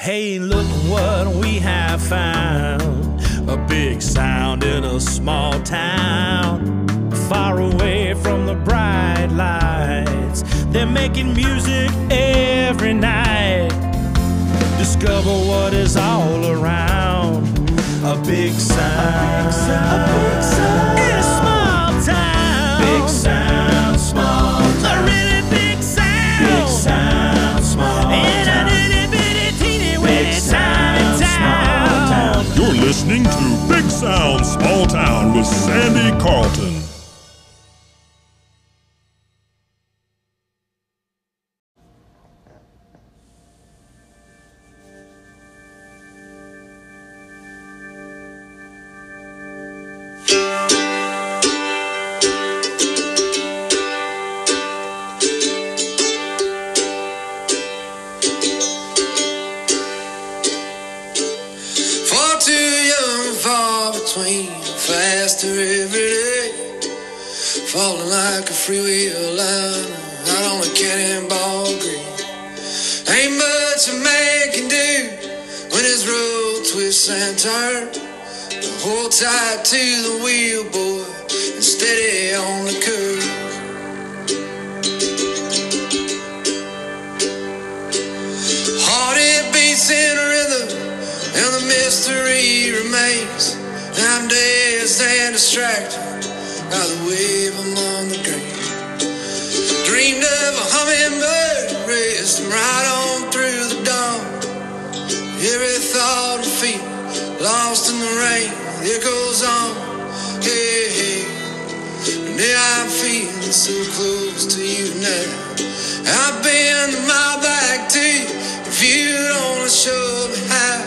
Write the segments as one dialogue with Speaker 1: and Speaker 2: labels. Speaker 1: Hey, look what we have found. A big sound in a small town. Far away from the bright lights. They're making music every night. Discover what is all around. A big sound. A big sound. In a small town. Big sound, small town. A really big sound. Big sound, small In a itty bitty teeny weeny tiny town.
Speaker 2: You're listening to Big Sound Small Town with Sandy Carlton.
Speaker 3: Far too young, far between, faster every day. Falling like a freewheel line, out on a cannonball green. Ain't much a man can do when his road twists and turns. But Hold tight to the wheel, boy, and steady on the curve. Heart it beats in a rhythm, and the mystery remains. I'm dazed and distracted by the wave among the grain. Dreamed of a hummingbird, racing right on through the dawn. Every thought and feet lost in the rain. It goes on, hey, hey. And now I'm feeling so close to you now. I've been my back to you. If you don't show me how,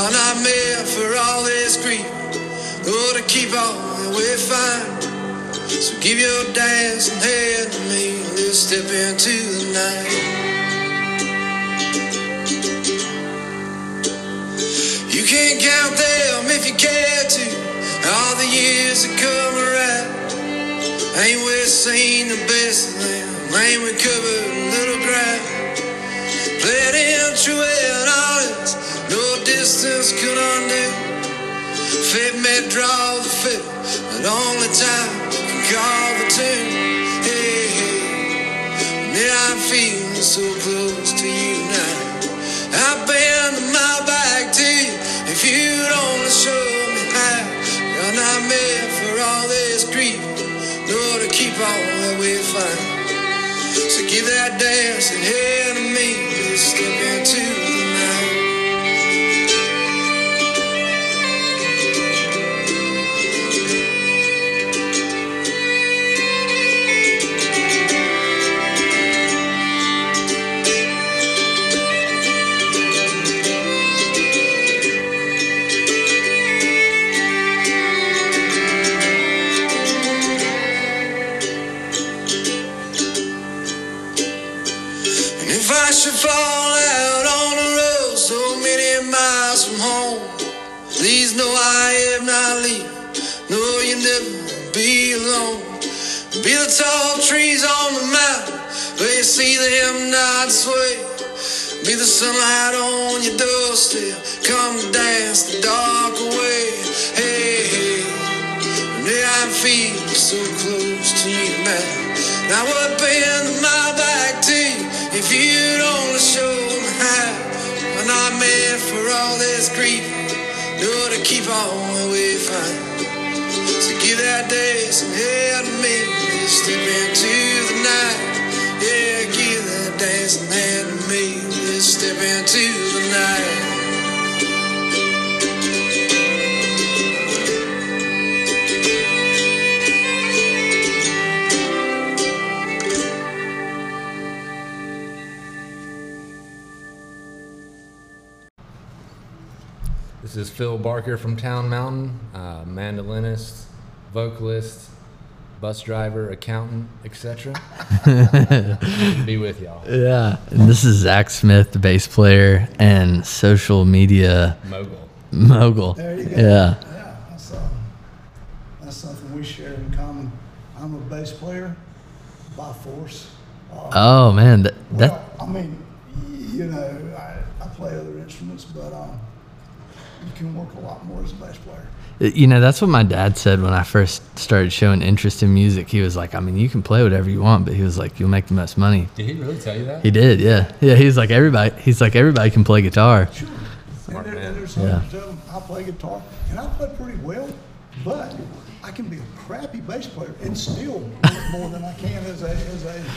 Speaker 3: I'm not meant for all this grief. Oh, to keep on, we're fine. So give your dancing head to me. Let's step into the night. You can't count them if you care to. All the years that come around. Ain't we seen the best of them? Ain't we covered a little ground? Played in true and honest, no distance could undo. Fate may draw the fit, but only time can call the tune. Hey, hey, now I'm feeling so close to you now. I bend my back to you if you don't show me how. You're not meant for all this grief, nor to keep all that we find. So give that dancing hand to me, just step into the night. And if I should fall out on the road so many miles from home, please know I am not leaving. No, you'll never be alone. Be the tall trees on the mountain where you see them not sway. Be the sunlight on your doorstep. Come dance the dark away. Hey, hey. Yeah, I'm feeling so close to you now. Now I bend my back to you if you don't show me how. I'm not meant for all this grief, nor to keep on the way fine. So give that day some hell to me, and step into the night. Yeah, give that day some hand to me, and step into the night.
Speaker 4: This is Phil Barker from Town Mountain, uh, mandolinist, vocalist, bus driver, accountant, etc. Be with y'all.
Speaker 5: Yeah. And this is Zach Smith, the bass player and social media
Speaker 4: Mogul.
Speaker 5: mogul.
Speaker 6: There you go.
Speaker 5: Yeah.
Speaker 6: Yeah, that's, uh, that's something we share in common. I'm a bass player by force.
Speaker 5: Oh man, that,
Speaker 6: Well,
Speaker 5: that
Speaker 6: I mean, you know, I, I play other instruments, but um, you can work a lot more as a bass player.
Speaker 5: You know, that's what my dad said when I first started showing interest in music. He was like, I mean, you can play whatever you want, but he was like, you'll make the most money.
Speaker 4: Did he really tell you that?
Speaker 5: He did, yeah. Yeah, he's like everybody he's like everybody can play guitar.
Speaker 6: Sure.
Speaker 4: Smart
Speaker 6: and, there-
Speaker 4: man.
Speaker 6: and there's
Speaker 5: Yeah.
Speaker 6: hundreds of them. I play guitar, and I play pretty well, but I can be a crappy bass player and still work more than I can as a as a.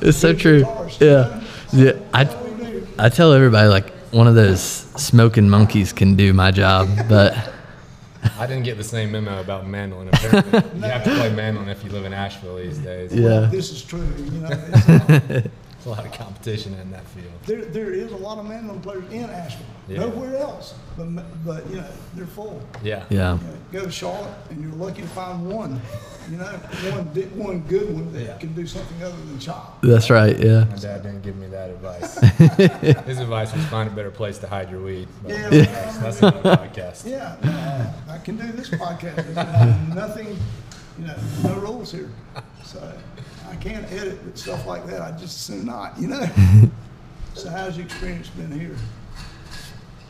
Speaker 5: It's so
Speaker 6: good
Speaker 5: true.
Speaker 6: guitarist, you
Speaker 5: Yeah.
Speaker 6: know?
Speaker 5: Yeah.
Speaker 6: That's
Speaker 5: I
Speaker 6: what we do.
Speaker 5: I tell everybody like one of those smoking monkeys can do my job, but
Speaker 4: I didn't get the same memo about mandolin. Apparently, you have to play mandolin if you live in Asheville these days.
Speaker 5: yeah.
Speaker 6: This is true. You know, it's, uh,
Speaker 4: There's a lot of competition in that field.
Speaker 6: there there is a lot of mandolin players in Asheville.
Speaker 4: Yeah.
Speaker 6: Nowhere else, but ma- but you know they're full.
Speaker 4: Yeah.
Speaker 5: Yeah.
Speaker 6: You know, Go to Charlotte, and you're lucky to find one. You know, one di- one good one that
Speaker 4: Yeah.
Speaker 6: can do something other than chop.
Speaker 5: That's right, yeah.
Speaker 4: My dad didn't give me that advice. His advice was find a better place to hide your weed. But
Speaker 6: Yeah.
Speaker 4: that's, that's another podcast.
Speaker 6: Yeah, no, I can do this podcast. There's Nothing, you know, no rules here. So I can't edit with stuff like that. I just assume not, you know. So how's your experience been here?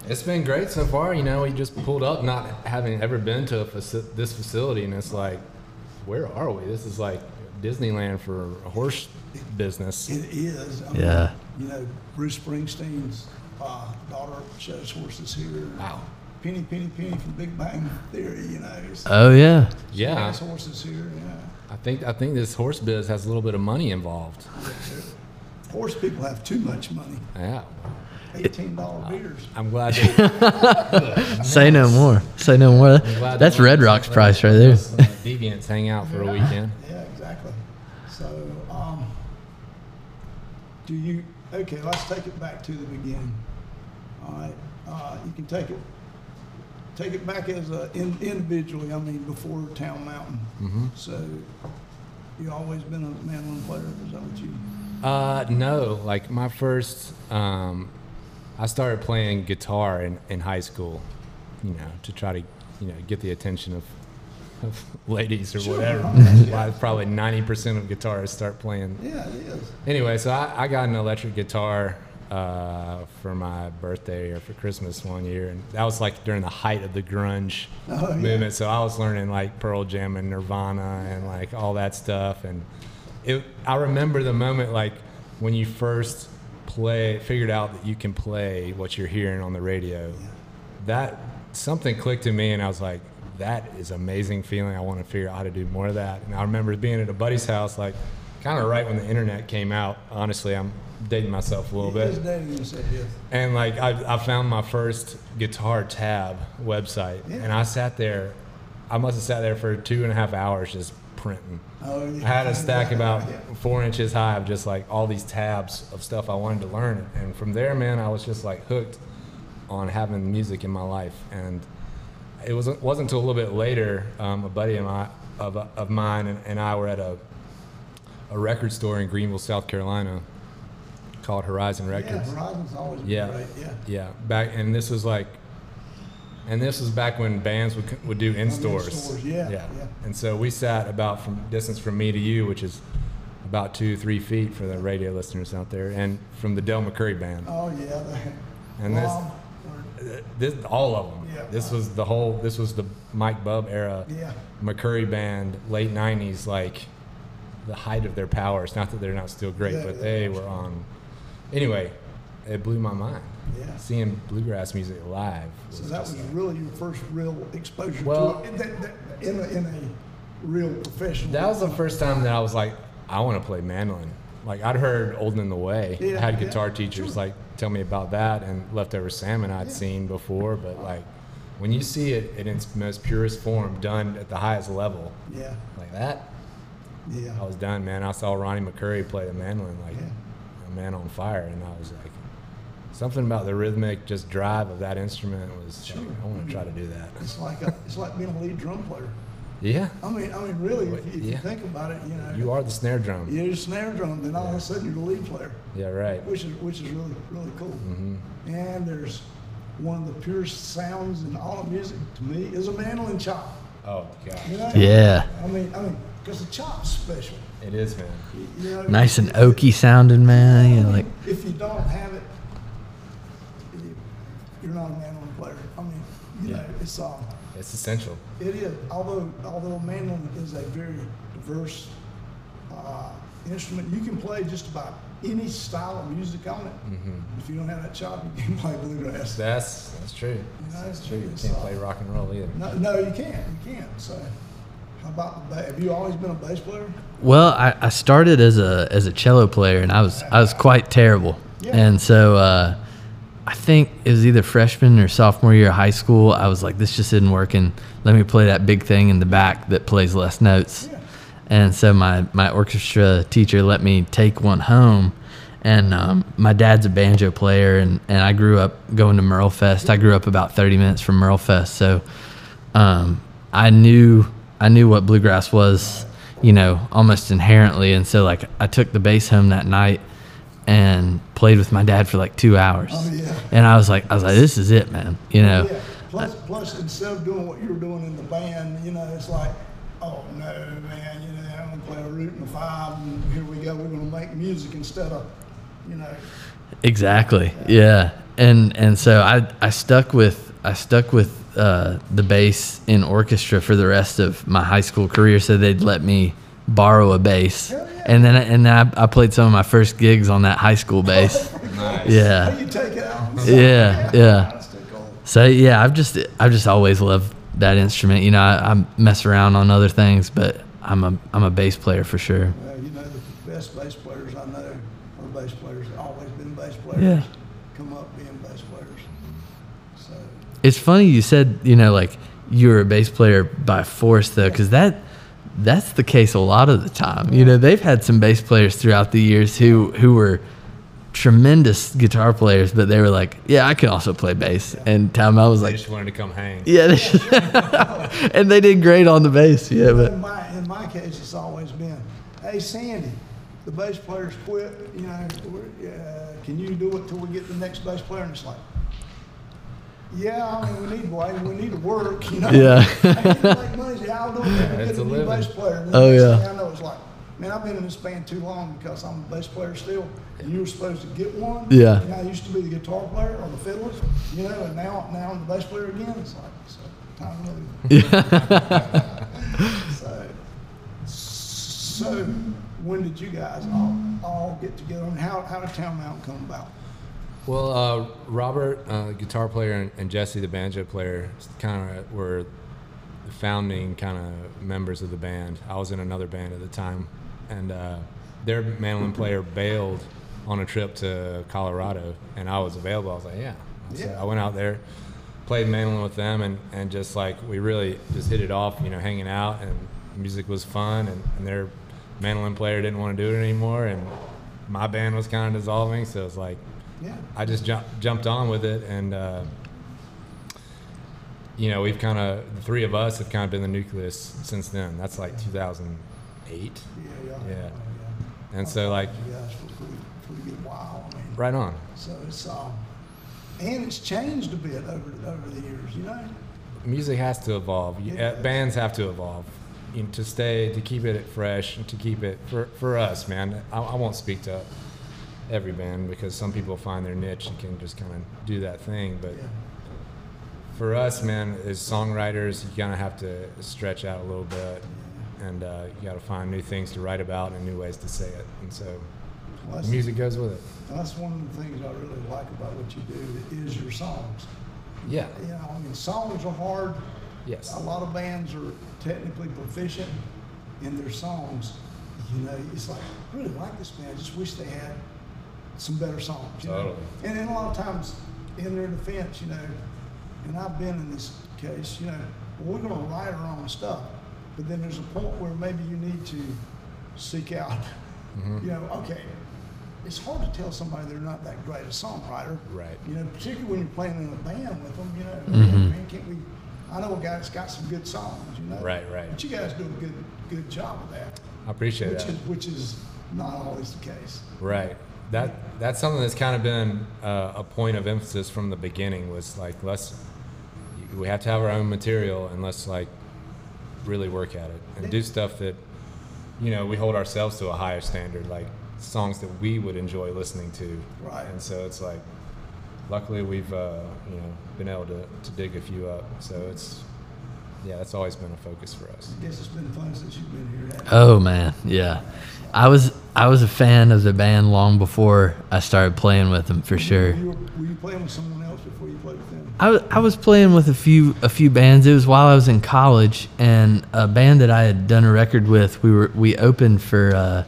Speaker 4: It's been great so far. You know, we just pulled up, not having ever been to a faci- this facility, and it's like, where are we? This is like Disneyland for a horse business.
Speaker 6: It is. I mean,
Speaker 5: Yeah.
Speaker 6: You know, Bruce Springsteen's uh, daughter shows horses here.
Speaker 4: Wow.
Speaker 6: Penny, Penny, Penny from Big Bang Theory, you know. it's-
Speaker 5: Oh yeah.
Speaker 4: Uh, Yeah,
Speaker 6: Has horses here, yeah.
Speaker 4: I think I think this horse biz has a little bit of money involved.
Speaker 6: Horse people have too much money.
Speaker 4: Yeah,
Speaker 6: $18 beers.
Speaker 4: I'm glad. They,
Speaker 5: Say no more. Say no more.
Speaker 4: glad
Speaker 5: That's
Speaker 4: they-
Speaker 5: Red Rock's price right there.
Speaker 4: Some deviants hang out for a weekend.
Speaker 6: Yeah, exactly. So, um, do you, okay, let's take it back to the beginning. All right, uh, you can take it, take it back as a, in- individually, I mean, before Town Mountain.
Speaker 4: Mm-hmm.
Speaker 6: So, you always been a mandolin player, is that what you?
Speaker 4: Uh, no, like my first, um, I started playing guitar in, in high school, you know, to try to, you know, get the attention of, of ladies or whatever. Why probably 90% of guitarists start playing.
Speaker 6: Yeah, it is.
Speaker 4: Anyway, so I, I got an electric guitar uh, for my birthday or for Christmas one year. And that was like during the height of the grunge
Speaker 6: Oh, yeah.
Speaker 4: movement. So I was learning like Pearl Jam and Nirvana and like all that stuff. And it, I remember the moment like when you first play, figured out that you can play what you're hearing on the radio. That something clicked in me, and I was like, that is amazing feeling. I want to figure out how to do more of that. And I remember being at a buddy's house, like kind of right when the internet came out. Honestly, I'm dating myself a little
Speaker 6: He is
Speaker 4: bit.
Speaker 6: dating himself, yes.
Speaker 4: And like I, I found my first guitar tab website,
Speaker 6: Yeah.
Speaker 4: and I sat there. I must have sat there for two and a half hours just printing.
Speaker 6: Oh, yeah.
Speaker 4: I had a stack about
Speaker 6: Yeah.
Speaker 4: four inches high of just like all these tabs of stuff I wanted to learn, and from there, man, I was just like hooked on having music in my life. And it was wasn't until a little bit later, um, a buddy of my of, of mine and, and I were at a a record store in Greenville, South Carolina, called Horizon
Speaker 6: Yeah,
Speaker 4: Records.
Speaker 6: Verizon's always been
Speaker 4: Yeah.
Speaker 6: great, yeah.
Speaker 4: Yeah, back and this was like, and this was back when bands would, c- would do in stores.
Speaker 6: stores, yeah, yeah.
Speaker 4: And so we sat about from distance from me to you, which is about two three feet for the radio listeners out there, and from the Del McCurry band.
Speaker 6: Oh, yeah. they-
Speaker 4: And this-
Speaker 6: Well,
Speaker 4: This all of them.
Speaker 6: Yeah.
Speaker 4: This was the whole. This was the Mike Bubb era.
Speaker 6: Yeah.
Speaker 4: McCurry band, late '90s, like the height of their powers. Not that they're not still great,
Speaker 6: Yeah,
Speaker 4: but
Speaker 6: yeah.
Speaker 4: they were on. Anyway, it blew my mind.
Speaker 6: Yeah.
Speaker 4: Seeing bluegrass music live.
Speaker 6: So
Speaker 4: was
Speaker 6: that
Speaker 4: just
Speaker 6: was
Speaker 4: like-
Speaker 6: really your first real exposure
Speaker 4: Well-
Speaker 6: to it, that- that- in, a, in a real professional.
Speaker 4: That was the first time that I was like, I want to play mandolin. Like I'd heard "Old in the Way."
Speaker 6: Yeah,
Speaker 4: I had
Speaker 6: yeah,
Speaker 4: guitar teachers
Speaker 6: sure.
Speaker 4: like tell me about that and leftover salmon I'd seen before, but like when you see it in its most purest form, done at the highest level,
Speaker 6: yeah,
Speaker 4: like that,
Speaker 6: yeah.
Speaker 4: I was done, man. I saw Ronnie McCurry play the mandolin like
Speaker 6: Yeah.
Speaker 4: a man on fire, and I was like, something about the rhythmic just drive of that instrument was. like, I want to try to do that.
Speaker 6: it's like a, it's like being a lead drum player.
Speaker 4: Yeah,
Speaker 6: I mean, I mean, really, if, if you
Speaker 4: Yeah.
Speaker 6: think about it, you know,
Speaker 4: you are the snare drum.
Speaker 6: you're a snare drum, then all of a sudden you're the lead player,
Speaker 4: yeah right.
Speaker 6: which is which is really really cool.
Speaker 4: Mm-hmm.
Speaker 6: And there's one of the purest sounds in all of music to me is a mandolin chop.
Speaker 4: Oh god,
Speaker 6: You know?
Speaker 5: Yeah.
Speaker 6: I mean, I mean, because the chop's special.
Speaker 4: it is, man.
Speaker 6: You know,
Speaker 5: Nice and oaky sounding, man. You know, like
Speaker 6: if you don't have it, you you're not a mandolin player. I mean, you know, it's um,
Speaker 4: It's essential.
Speaker 6: it is. Although although mandolin is a very diverse uh, instrument, you can play just about any style of music on it. If you don't have that chop, you can play bluegrass.
Speaker 4: That's that's true. That's true. You can't play rock and roll either.
Speaker 6: No, no, you can't. You can't. So, how about the ba- Have you always been a bass player?
Speaker 5: Well, I, I started as a as a cello player, and I was I was quite terrible.
Speaker 6: Yeah.
Speaker 5: And so uh, I think it was either freshman or sophomore year of high school. I was like, this just isn't working. Let me play that big thing in the back that plays less notes.
Speaker 6: Yeah.
Speaker 5: And so my my orchestra teacher let me take one home. And um, my dad's a banjo player, and, and I grew up going to Merle Fest. I grew up about 30 minutes from Merle Fest, so um, I knew I knew what bluegrass was, you know, almost inherently, and so like I took the bass home that night and played with my dad for like two hours,
Speaker 6: Oh, yeah.
Speaker 5: and I was like, I was like, this is it, man, you know.
Speaker 6: Yeah. Plus, plus, instead of doing what you were doing in the band, you know, it's like, oh no, man, you know, I'm gonna play a root and a five, and here we go, we're gonna make music instead of, you know,
Speaker 5: Exactly. Yeah. And and so I I stuck with I stuck with uh, the bass in orchestra for the rest of my high school career. So they'd let me borrow a bass,
Speaker 6: Hell yeah.
Speaker 5: and then I- and then I, I played some of my first gigs on that high school bass.
Speaker 4: Nice.
Speaker 5: yeah.
Speaker 6: you take it out.
Speaker 5: Yeah. Yeah.
Speaker 6: That's too cool.
Speaker 5: So yeah, I've just I've just always loved that instrument. You know, I, I mess around on other things, but I'm a I'm a bass player for sure.
Speaker 6: Well, you know, the best bass players I know are bass players. Always been bass players.
Speaker 5: Yeah.
Speaker 6: Come up being bass players. So
Speaker 5: It's funny you said you know like you were a bass player by force though, because that that's the case a lot of the time. You know they've had some bass players throughout the years who who were tremendous guitar players, but they were like, yeah, I can also play bass. And Tom Mel was
Speaker 4: I
Speaker 5: like,
Speaker 4: just wanted to come hang.
Speaker 5: yeah, and they did great on the bass. Yeah,
Speaker 6: in
Speaker 5: but
Speaker 6: my in my case, it's always been, hey Sandy, the bass players quit. You know, we're, uh, can you do it till we get the next bass player? And it's like, yeah, I mean, we need boy, we need to work. You know,
Speaker 5: Yeah.
Speaker 6: I need to make money. so I'll do it. till we
Speaker 4: it's
Speaker 6: get
Speaker 4: a
Speaker 6: a new
Speaker 4: living.
Speaker 6: bass player. And
Speaker 5: Oh,
Speaker 6: the next
Speaker 5: yeah.
Speaker 6: thing I know it's like, man, I've been in this band too long because I'm a bass player still. And you were supposed to get one.
Speaker 5: Yeah.
Speaker 6: And I used to be the guitar player or the fiddlers, you know, and now now I'm the bass player again. It's like, so time really. So, so when did you guys all, all get together and how, how did Town Mountain come about?
Speaker 4: Well, uh, Robert, uh, guitar player, and, and Jesse, the banjo player, kind of were the founding kind of members of the band. I was in another band at the time, and uh, their mandolin player bailed on a trip to Colorado, and I was available. I was like, yeah. So
Speaker 6: Yeah.
Speaker 4: I went out there, played mandolin with them, and, and just like we really just hit it off, you know, hanging out, and music was fun, and, and their mandolin player didn't want to do it anymore, and my band was kind of dissolving, so it's like,
Speaker 6: Yeah.
Speaker 4: I just jump, jumped on with it, and uh, you know, we've kind of the three of us have kind of been the nucleus since then. That's like 2008,
Speaker 6: Yeah, yeah.
Speaker 4: Yeah. and so like
Speaker 6: You guys were pretty, pretty good while. I mean,
Speaker 4: right on.
Speaker 6: so it's, um, and it's changed a bit over, over the years, you know?
Speaker 4: Music has to evolve. You-
Speaker 6: Yeah.
Speaker 4: uh, Bands have to evolve you know, to stay to keep it fresh and to keep it for for us, man. I, I won't speak to every band because some people find their niche and can just kind of do that thing, but.
Speaker 6: Yeah.
Speaker 4: for us, man, as songwriters, you kind of have to stretch out a little bit, and uh, you got to find new things to write about and new ways to say it. And so,
Speaker 6: Well,
Speaker 4: the
Speaker 6: that's,
Speaker 4: music goes with it.
Speaker 6: that's one of the things I really like about what you do is your songs.
Speaker 4: Yeah.
Speaker 6: You know, I mean, songs are hard.
Speaker 4: Yes.
Speaker 6: A lot of bands are technically proficient in their songs. You know, it's like, I really like this band. I just wish they had some better songs. You know?
Speaker 4: Totally.
Speaker 6: And then a lot of times, in their defense, you know, and I've been in this case, you know, well, we're going to write our own stuff. But then there's a point where maybe you need to seek out, you know, okay, it's hard to tell somebody they're not that great a songwriter.
Speaker 4: Right.
Speaker 6: You know, particularly when you're playing in a band with them, you know,
Speaker 5: Mm-hmm.
Speaker 6: man, can't we? I know a guy that's got some good songs, you know.
Speaker 4: Right, right.
Speaker 6: But you guys do a good, good job of that,
Speaker 4: I appreciate
Speaker 6: which
Speaker 4: that.
Speaker 6: is which is not always the case.
Speaker 4: Right. That that's something that's kind of been uh, a point of emphasis from the beginning was like let's we have to have our own material and let's like really work at it and do stuff that you know we hold ourselves to a higher standard like songs that we would enjoy listening to.
Speaker 6: Right.
Speaker 4: And so it's like luckily we've uh, you know been able to, to dig a few up. So it's yeah, that's always been a focus for us.
Speaker 6: Guess it's been fun since you've been here. hasn't it?
Speaker 5: Oh man, yeah. I was I was a fan of the band long before I started playing with them for sure.
Speaker 6: You were, were you playing with someone else before you played with them?
Speaker 5: I, w- I was playing with a few a few bands. It was while I was in college, and a band that I had done a record with, we were we opened for uh,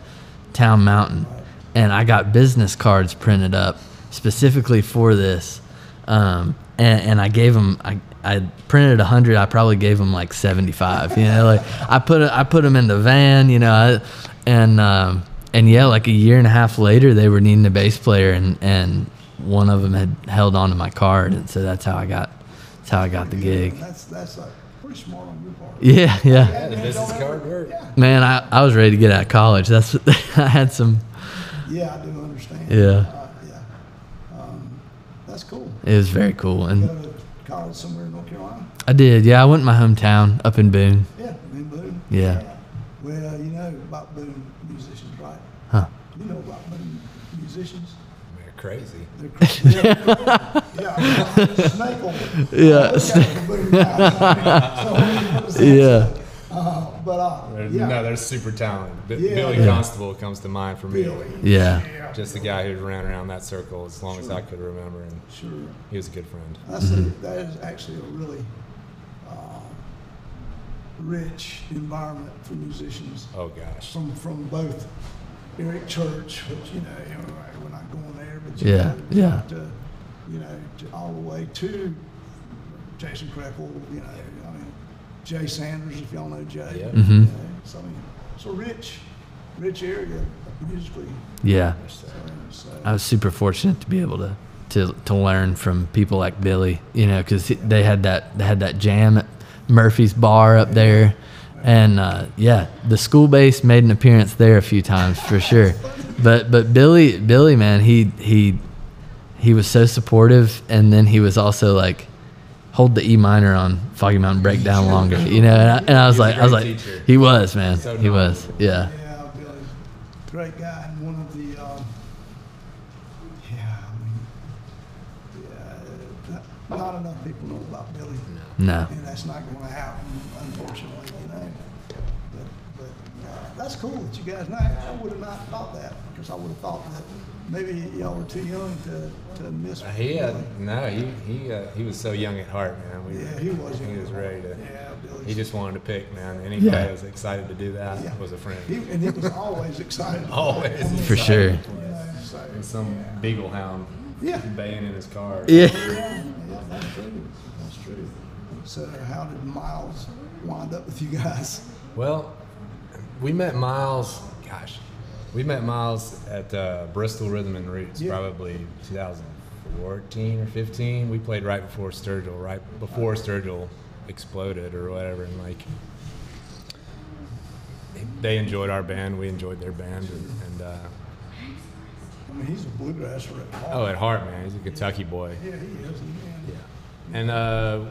Speaker 5: Town Mountain, and I got business cards printed up specifically for this, um, and, and I gave them I. I printed hundred. I probably gave them like seventy-five. You know, like I put a- I put them in the van. You know, I, and um, and yeah, like a year and a half later, they were needing a bass player, and and one of them had held onto my card, and so that's how I got, that's how I got the gig.
Speaker 6: That's that's like pretty smart on your part.
Speaker 5: Yeah, yeah.
Speaker 4: the business card work.
Speaker 5: Man, I, I was ready to get out of college. That's I had some.
Speaker 6: Yeah, I do understand.
Speaker 5: Yeah.
Speaker 6: Uh, yeah. Um, that's cool.
Speaker 5: It was very cool,
Speaker 6: Go
Speaker 5: and
Speaker 6: to college somewhere in North Carolina.
Speaker 5: I did. Yeah, I went to my hometown up in Boone.
Speaker 6: Yeah, in Boone.
Speaker 5: Yeah.
Speaker 6: Well, you know about Boone musicians, right?
Speaker 5: Huh.
Speaker 6: You know about Boone musicians.
Speaker 4: They're crazy.
Speaker 6: They're crazy. yeah, yeah, snake oil.
Speaker 5: Yeah,
Speaker 6: Look out for Boone guys. So,
Speaker 5: Yeah,
Speaker 6: uh, but uh,
Speaker 4: They're,
Speaker 6: yeah,
Speaker 4: No, they're super talented. Bi-
Speaker 6: Yeah,
Speaker 4: Billy
Speaker 6: yeah.
Speaker 4: Constable comes to mind for me.
Speaker 6: Billy,
Speaker 5: yeah,
Speaker 4: Just the guy who ran around that circle as long as I could remember, and
Speaker 6: sure.
Speaker 4: he was a good friend.
Speaker 6: That's a, that is actually a really um, rich environment for musicians
Speaker 4: Oh gosh.
Speaker 6: from from both Eric Church, which you know all right, we're not going there, but you
Speaker 5: Yeah,
Speaker 6: know,
Speaker 5: yeah.
Speaker 6: to, you know to, all the way to Jason Kreppel, you know, I mean Jay Sanders, if y'all know Jay.
Speaker 4: Yeah.
Speaker 6: you
Speaker 5: Mhm.
Speaker 6: know, so I mean, it's a rich, rich area musically.
Speaker 5: yeah.
Speaker 6: So, so
Speaker 5: I was super fortunate to be able to to, to learn from people like Billy, you know, because they had that they had that jam at Murphy's Bar up there, and uh, yeah, the school bass made an appearance there a few times for sure. But but Billy Billy man, he he he was so supportive, and then he was also like. Hold the E minor on Foggy Mountain Breakdown longer, you know. And I, and I was
Speaker 4: He was a
Speaker 5: like, I was like,
Speaker 4: great teacher.
Speaker 5: he was man,
Speaker 4: So
Speaker 5: he was,
Speaker 4: knowledgeable.
Speaker 5: yeah,
Speaker 6: Yeah, Billy, great guy, and one of the, um, yeah, I mean, yeah, not, not enough people know about Billy,
Speaker 5: no,
Speaker 6: and that's not going to happen, unfortunately, you know. But, but uh, that's cool that you guys know. I would have not thought that because I would have thought that maybe y'all were too young to, to miss.
Speaker 4: Uh, He
Speaker 6: Billy.
Speaker 4: had, no, he he uh, he was so young at heart, man. We,
Speaker 6: Yeah, he was young
Speaker 4: He
Speaker 6: at
Speaker 4: was
Speaker 6: heart.
Speaker 4: ready to.
Speaker 6: Yeah, Billy.
Speaker 4: He just wanted to pick, man. Anybody
Speaker 5: Yeah.
Speaker 4: that was excited to do that
Speaker 6: Yeah.
Speaker 4: was a friend.
Speaker 6: He, and he was always excited.
Speaker 4: Always.
Speaker 5: for sure,
Speaker 6: You know, so,
Speaker 4: And some beagle hound
Speaker 6: yeah.
Speaker 4: baying in his car.
Speaker 5: yeah.
Speaker 6: Yeah, that's true. That's true. So how did Miles wind up with you guys?
Speaker 4: Well, we met Miles. Gosh, we met Miles at uh, Bristol Rhythm and Roots,
Speaker 6: Yeah.
Speaker 4: probably 2014 or 15. We played right before Sturgill, right before Sturgill exploded or whatever, and like they enjoyed our band, we enjoyed their band, and, and uh,
Speaker 6: I mean, he's a bluegrasser at heart.
Speaker 4: oh, at heart, man, he's a Kentucky boy.
Speaker 6: Yeah, he is. Yeah.
Speaker 4: And uh,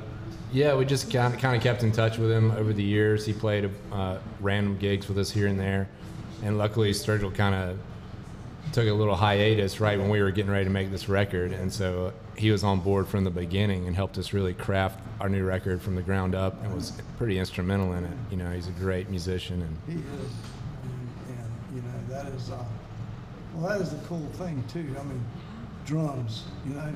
Speaker 4: yeah, we just kind of, kind of kept in touch with him over the years. He played uh, random gigs with us here and there. And luckily, Sturgill kind of took a little hiatus right when we were getting ready to make this record. And so he was on board from the beginning and helped us really craft our new record from the ground up and was pretty instrumental in it. You know, he's a great musician. And
Speaker 6: He is. And, and, you know, that is, uh, well, that is the cool thing too. I mean, drums, you know.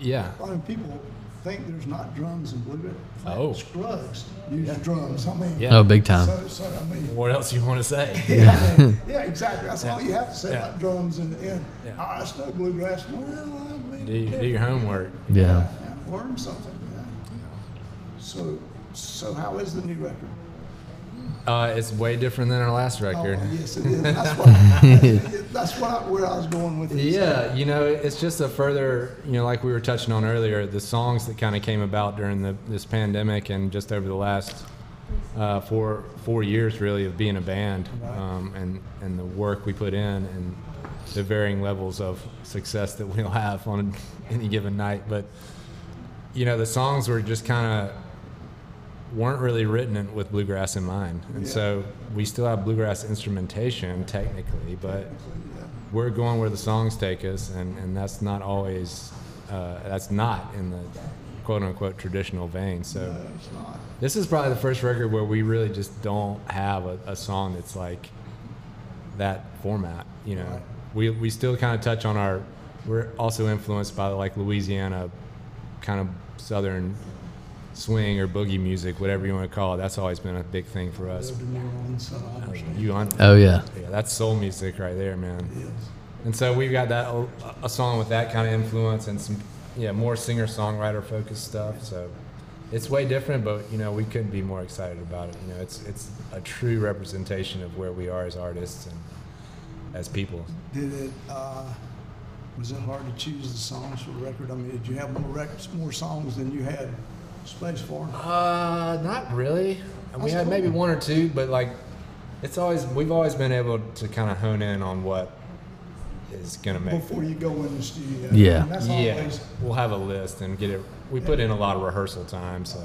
Speaker 4: yeah,
Speaker 6: I mean, people think there's not drums in bluegrass.
Speaker 4: Oh.
Speaker 6: Scruggs use drums. I mean,
Speaker 4: Yeah.
Speaker 5: Oh, big time.
Speaker 6: so, so, I mean,
Speaker 4: what else you want to say?
Speaker 6: Yeah, I mean, yeah, exactly. That's all you have to say
Speaker 4: Yeah.
Speaker 6: about drums and, and
Speaker 4: Yeah.
Speaker 6: oh, it's no bluegrass. Well, I mean,
Speaker 4: Do, do your homework.
Speaker 5: Yeah.
Speaker 6: yeah, learn something. Yeah. So, so how is the new record?
Speaker 4: Uh, it's way different than our last
Speaker 6: Oh,
Speaker 4: record.
Speaker 6: yes, it is. That's what. that's what I, where I was going with it.
Speaker 4: Yeah, you know, it's just a further, you know, like we were touching on earlier, the songs that kind of came about during the, this pandemic and just over the last uh, four four years really of being a band um, and and the work we put in and the varying levels of success that we'll have on any given night, but you know, the songs were just kind of weren't really written in- with bluegrass in mind. And
Speaker 6: Yeah.
Speaker 4: so we still have bluegrass instrumentation technically, but
Speaker 6: Yeah.
Speaker 4: we're going where the songs take us, and, and that's not always uh, that's not in the quote unquote traditional vein. So
Speaker 6: No, it's not.
Speaker 4: this is probably the first record where we really just don't have a, a song that's like that format. You know,
Speaker 6: Right.
Speaker 4: we we still kind of touch on our. We're also influenced by like Louisiana, kind of southern swing or boogie music, whatever you want to call it. That's always been a big thing for us.
Speaker 6: Lived in New Orleans, so I understand.
Speaker 4: You on?
Speaker 5: Oh yeah.
Speaker 4: Yeah, that's soul music right there, man.
Speaker 6: Yes.
Speaker 4: And so we've got that a song with that kind of influence and some yeah more singer songwriter focused stuff. So it's way different, but you know we couldn't be more excited about it. You know it's it's a true representation of where we are as artists and as people.
Speaker 6: Did it, uh, was it hard to choose the songs for the record? I mean, did you have more records, more songs than you had space for?
Speaker 4: Uh, not really. We
Speaker 6: That's
Speaker 4: had maybe
Speaker 6: cool.
Speaker 4: one or two, but like it's always we've always been able to kind of hone in on what is gonna make
Speaker 6: Before you go in the studio?
Speaker 5: Yeah.
Speaker 6: And That's
Speaker 4: Yeah,
Speaker 6: always,
Speaker 4: we'll have a list and get it. We put in a lot of rehearsal time, so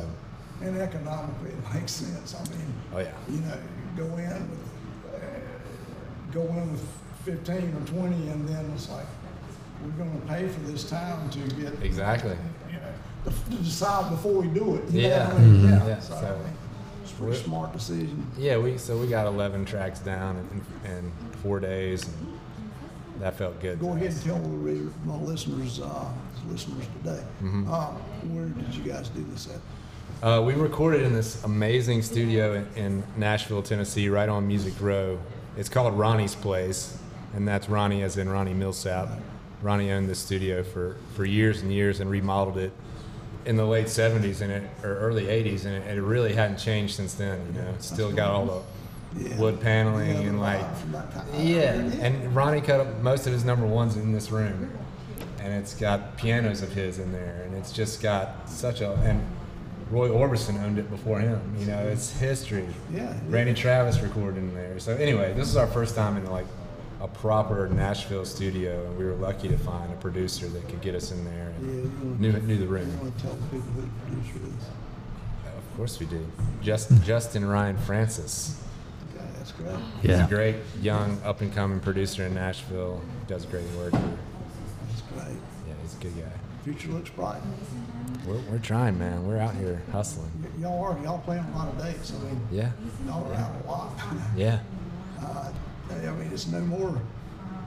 Speaker 6: and economically, it makes sense. I mean,
Speaker 4: oh yeah,
Speaker 6: you know, you go in with, uh, go in with fifteen or twenty, and then it's like, we're gonna pay for this time to get,
Speaker 4: exactly.
Speaker 6: you know, to- to decide before we do it. you know
Speaker 4: Yeah.
Speaker 6: what I mean?
Speaker 4: Mhm. Yeah,
Speaker 6: So,
Speaker 4: so-
Speaker 6: I mean, it's a pretty
Speaker 4: We're-
Speaker 6: smart decision.
Speaker 4: Yeah, we so we got 11 tracks down in, in four days, and that felt good.
Speaker 6: Go
Speaker 4: to
Speaker 6: ahead
Speaker 4: us.
Speaker 6: and tell the reader- my listeners, uh, listeners today,
Speaker 4: Mm-hmm.
Speaker 6: um, where did you guys do this at?
Speaker 4: Uh, we recorded in this amazing studio in, in Nashville, Tennessee, right on Music Row. It's called Ronnie's Place, and that's Ronnie as in Ronnie Millsap. Ronnie owned this studio for, for years and years and remodeled it in the late 70s and it, or early 80s, and it, it really hadn't changed since then. You know, it's still got all the
Speaker 6: Yeah.
Speaker 4: wood paneling
Speaker 6: Yeah,
Speaker 4: and
Speaker 6: the
Speaker 4: like
Speaker 6: vibe from that time.
Speaker 4: yeah, Um, and Ronnie cut up most of his number ones in this room, and it's got pianos of his in there, and it's just got such a and Roy Orbison owned it before him. You know, it's history.
Speaker 6: Yeah.
Speaker 4: Randy Travis recorded in there. So anyway, this is our first time in like a proper Nashville studio, and we were lucky to find a producer that could get us in there
Speaker 6: Yeah,
Speaker 4: and
Speaker 6: you wanna-
Speaker 4: knew knew the room.
Speaker 6: You wanna tell the people who the producer is?
Speaker 4: Of course we did. Just Justin Ryan Francis.
Speaker 6: Okay, that's great.
Speaker 4: He's
Speaker 5: Yeah.
Speaker 4: a great young up and coming producer in Nashville. Does great work.
Speaker 6: That's great.
Speaker 4: Yeah, he's a good guy.
Speaker 6: Future looks bright.
Speaker 4: We're, we're trying, man. We're out here hustling.
Speaker 6: Y- Y'all are, y'all playing a lot of dates. I mean,
Speaker 4: Yeah,
Speaker 6: y'all are out a lot.
Speaker 4: yeah,
Speaker 6: Uh, I mean, it's no more,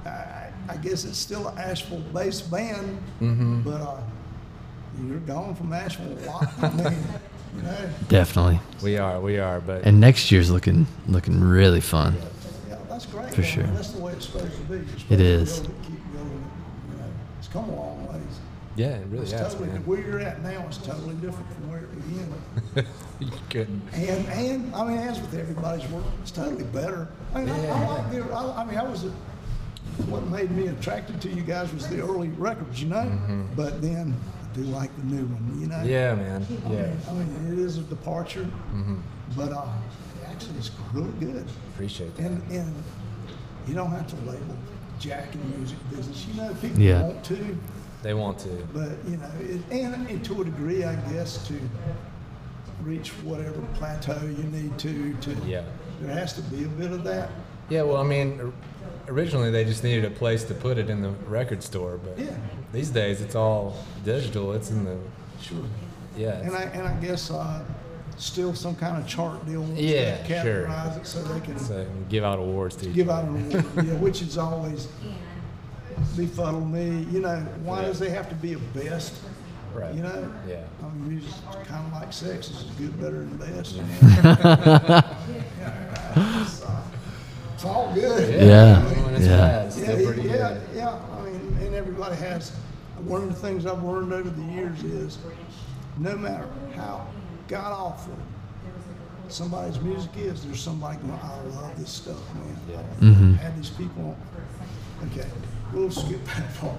Speaker 6: I, I guess it's still an Asheville-based band,
Speaker 5: Mm-hmm.
Speaker 6: but, uh, you're gone from Asheville a lot. I mean, you know,
Speaker 5: Definitely.
Speaker 4: we are, we are. But
Speaker 5: And next year's looking looking really fun.
Speaker 6: Yeah, that's great.
Speaker 5: For
Speaker 6: I mean,
Speaker 5: sure.
Speaker 6: That's the way it's supposed to be. You're supposed
Speaker 5: It
Speaker 6: to
Speaker 5: is.
Speaker 6: build it, keep building it, you know. It's come a long ways.
Speaker 4: yeah, it really
Speaker 6: It's
Speaker 4: has,
Speaker 6: totally,
Speaker 4: man.
Speaker 6: where you're at now is totally different from where it began.
Speaker 4: You couldn't.
Speaker 6: And, and, I mean, as with everybody's work, it's totally better. I mean, I- I
Speaker 4: Yeah.
Speaker 6: like the, I, I mean, I was, a- what made me attracted to you guys was the early records, you know? But then I do like the new one, you know?
Speaker 4: Mm-hmm. Yeah, man. Yeah, Mm-hmm.
Speaker 6: I mean, it is a departure, but, uh, actually it's really good.
Speaker 4: appreciate that.
Speaker 6: And, and you don't have to label Jack in the music business. You know, people
Speaker 5: Yeah.
Speaker 6: want to,
Speaker 4: They want to.
Speaker 6: but you know, it, and, and to a degree, I guess, to reach whatever plateau you need to. To
Speaker 4: Yeah.
Speaker 6: there has to be a bit of that.
Speaker 4: Yeah, well, I mean, or- originally they just needed a place to put it in the record store, but
Speaker 6: Yeah.
Speaker 4: these days it's all digital. It's in the
Speaker 6: Sure.
Speaker 4: yeah.
Speaker 6: And I
Speaker 4: it's-
Speaker 6: and I guess uh, still some kind of chart deal. to
Speaker 4: Yeah, sure.
Speaker 6: Categorize it so they can
Speaker 4: so we give out awards to each
Speaker 6: give out
Speaker 4: other.
Speaker 6: an award, yeah, which is always befuddle me. You know, why does they have to be a best?
Speaker 4: Right.
Speaker 6: You know.
Speaker 4: Yeah.
Speaker 6: I mean, music's kind of like sex. It's good, better, and best. you know? It's, uh, it's all good.
Speaker 5: Yeah.
Speaker 4: When it's
Speaker 5: Yeah.
Speaker 4: bad, it's
Speaker 6: Yeah,
Speaker 4: still pretty
Speaker 6: yeah,
Speaker 4: good.
Speaker 6: yeah. I mean, and everybody has. One of the things I've learned over the years is, no matter how god awful somebody's music is, there's somebody going, "I love this stuff, man." I had these people. Okay, we'll skip that part.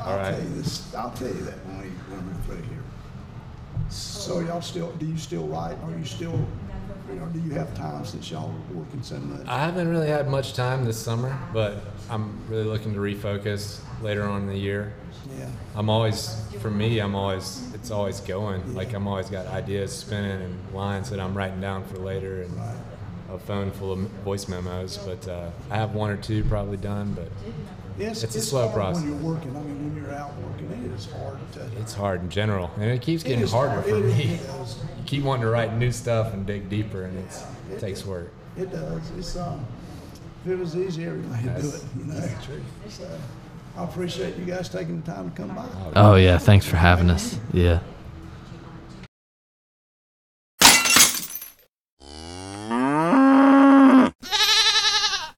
Speaker 6: I'll
Speaker 4: right.
Speaker 6: tell you this. I'll tell you that when we when we play here. So y'all still? Do you still write? Are you still? You know, do you have time since y'all are working so much?
Speaker 4: I haven't really had much time this summer, but I'm really looking to refocus later on in the year.
Speaker 6: yeah.
Speaker 4: I'm always, for me, I'm always, it's always going. Like I'm always got ideas spinning and lines that I'm writing down for later and a phone full of voice memos. But uh, I have one or two probably done, but
Speaker 6: It's,
Speaker 4: It's a slow
Speaker 6: hard
Speaker 4: process.
Speaker 6: When you're working, I mean, when you're out working, it is hard to.
Speaker 4: It's hard in general, and it keeps
Speaker 6: it
Speaker 4: getting
Speaker 6: is
Speaker 4: harder
Speaker 6: hard.
Speaker 4: for
Speaker 6: It-
Speaker 4: me.
Speaker 6: It does.
Speaker 4: You keep wanting to write new stuff and dig deeper, and it's,
Speaker 6: Yeah.
Speaker 4: it takes work.
Speaker 6: It does. It's, um, if it was easy, everybody would do
Speaker 4: That's-
Speaker 6: it, you know?
Speaker 4: that's the truth.
Speaker 6: So, I appreciate you guys taking the time to come by.
Speaker 5: Oh yeah, thanks for having us. Yeah.